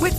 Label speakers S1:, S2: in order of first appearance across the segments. S1: With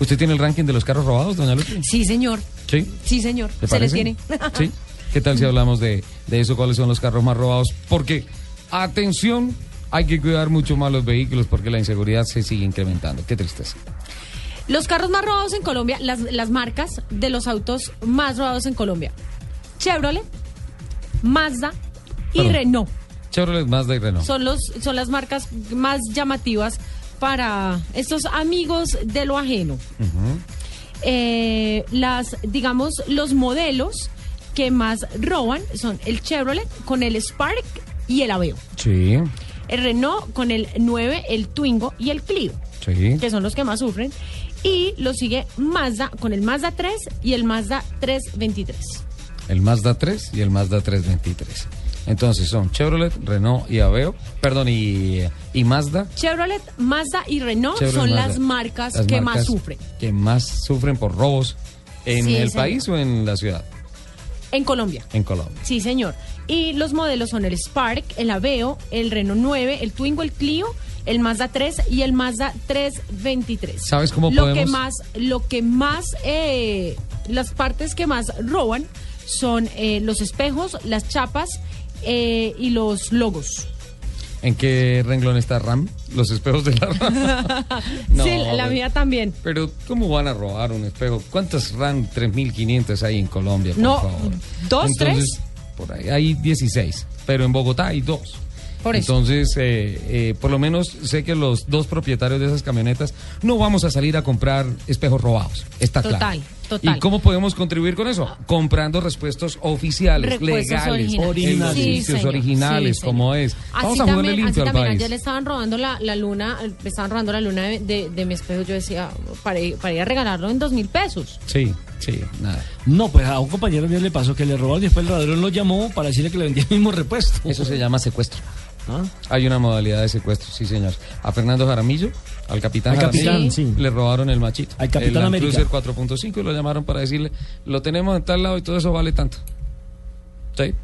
S2: ¿Usted tiene el ranking de los carros robados, doña Lupe?
S3: Sí, señor.
S2: Sí.
S3: Sí, señor.
S2: ¿Le
S3: Se les
S2: parece?
S3: tiene.
S2: Sí. ¿Qué tal si hablamos de, de eso? ¿Cuáles son los carros más robados? Porque, atención, hay que cuidar mucho más los vehículos porque la inseguridad se sigue incrementando. Qué tristeza.
S3: Los carros más robados en Colombia, las, las marcas de los autos más robados en Colombia. Chevrolet, Mazda y
S2: Perdón.
S3: Renault.
S2: Chevrolet Mazda y Renault.
S3: Son, los, son las marcas más llamativas para estos amigos de lo ajeno. Eh, las, digamos, los modelos que más roban son el Chevrolet con el Spark y el Aveo.
S2: Sí,
S3: El Renault con el 9, el Twingo y el Clio,
S2: sí.
S3: que son los que más sufren. Y lo sigue Mazda con el Mazda 3 y el Mazda 323.
S2: El Mazda 3 y el Mazda 323. Entonces son Chevrolet, Renault y Aveo. Perdón, y, y Mazda.
S3: Chevrolet, Mazda y Renault
S2: Chevrolet,
S3: son
S2: Mazda.
S3: las marcas
S2: Las
S3: que más
S2: marcas
S3: sufren.
S2: Que más sufren por robos en
S3: Sí,
S2: el
S3: señor.
S2: país o en la ciudad,
S3: En Colombia.
S2: en Colombia.
S3: Sí, señor. Y los modelos son el Spark, el Aveo, el Renault 9, el Twingo, el Clio, el Mazda 3 y el Mazda 323.
S2: ¿Sabes cómo
S3: lo
S2: podemos-
S3: Que más, lo que más, eh, las partes que más roban son eh, los espejos, las chapas eh, y los logos.
S2: ¿En qué renglón está RAM? Los espejos de la RAM. No,
S3: sí, la
S2: pero-
S3: mía también.
S2: Pero, ¿cómo van a robar un espejo? ¿Cuántas RAM 3500 hay en Colombia, por
S3: No,
S2: favor?
S3: ¿dos,
S2: Entonces,
S3: tres?
S2: Por ahí hay 16, pero en Bogotá hay dos.
S3: Por eso.
S2: Entonces, eh, eh, por lo menos sé que los dos propietarios de esas camionetas no vamos a salir a comprar espejos robados. Está claro.
S3: Total, total.
S2: ¿Y cómo podemos contribuir con eso? Comprando respuestos oficiales,
S3: Repuestos
S2: legales,
S3: originales.
S2: en los
S3: Sí,
S2: sitios
S3: señor.
S2: originales,
S3: Sí, señor.
S2: como es.
S3: Así
S2: Vamos a
S3: también,
S2: jugarle limpio
S3: así
S2: al
S3: también,
S2: país.
S3: Ayer le estaban robando la, la luna, le estaban robando la luna de, de- de mi espejo. Yo decía, para ir, para ir a regalarlo en dos mil pesos.
S2: Sí, sí, nada.
S4: No, pues a un compañero mío le pasó que le robaron y después el ladrón lo llamó para decirle que le vendía el mismo repuesto.
S2: Eso se llama secuestro.
S4: Ah.
S2: Hay una modalidad de secuestro, sí, señor. A Fernando Jaramillo, al capitán,
S4: Al capitán,
S2: Jaramillo,
S4: sí.
S2: le robaron el machito.
S4: Al capitán
S2: el Land
S4: América.
S2: Cruiser 4.5 y lo llamaron para decirle, lo tenemos en tal lado y todo eso vale tanto. ¿Sí?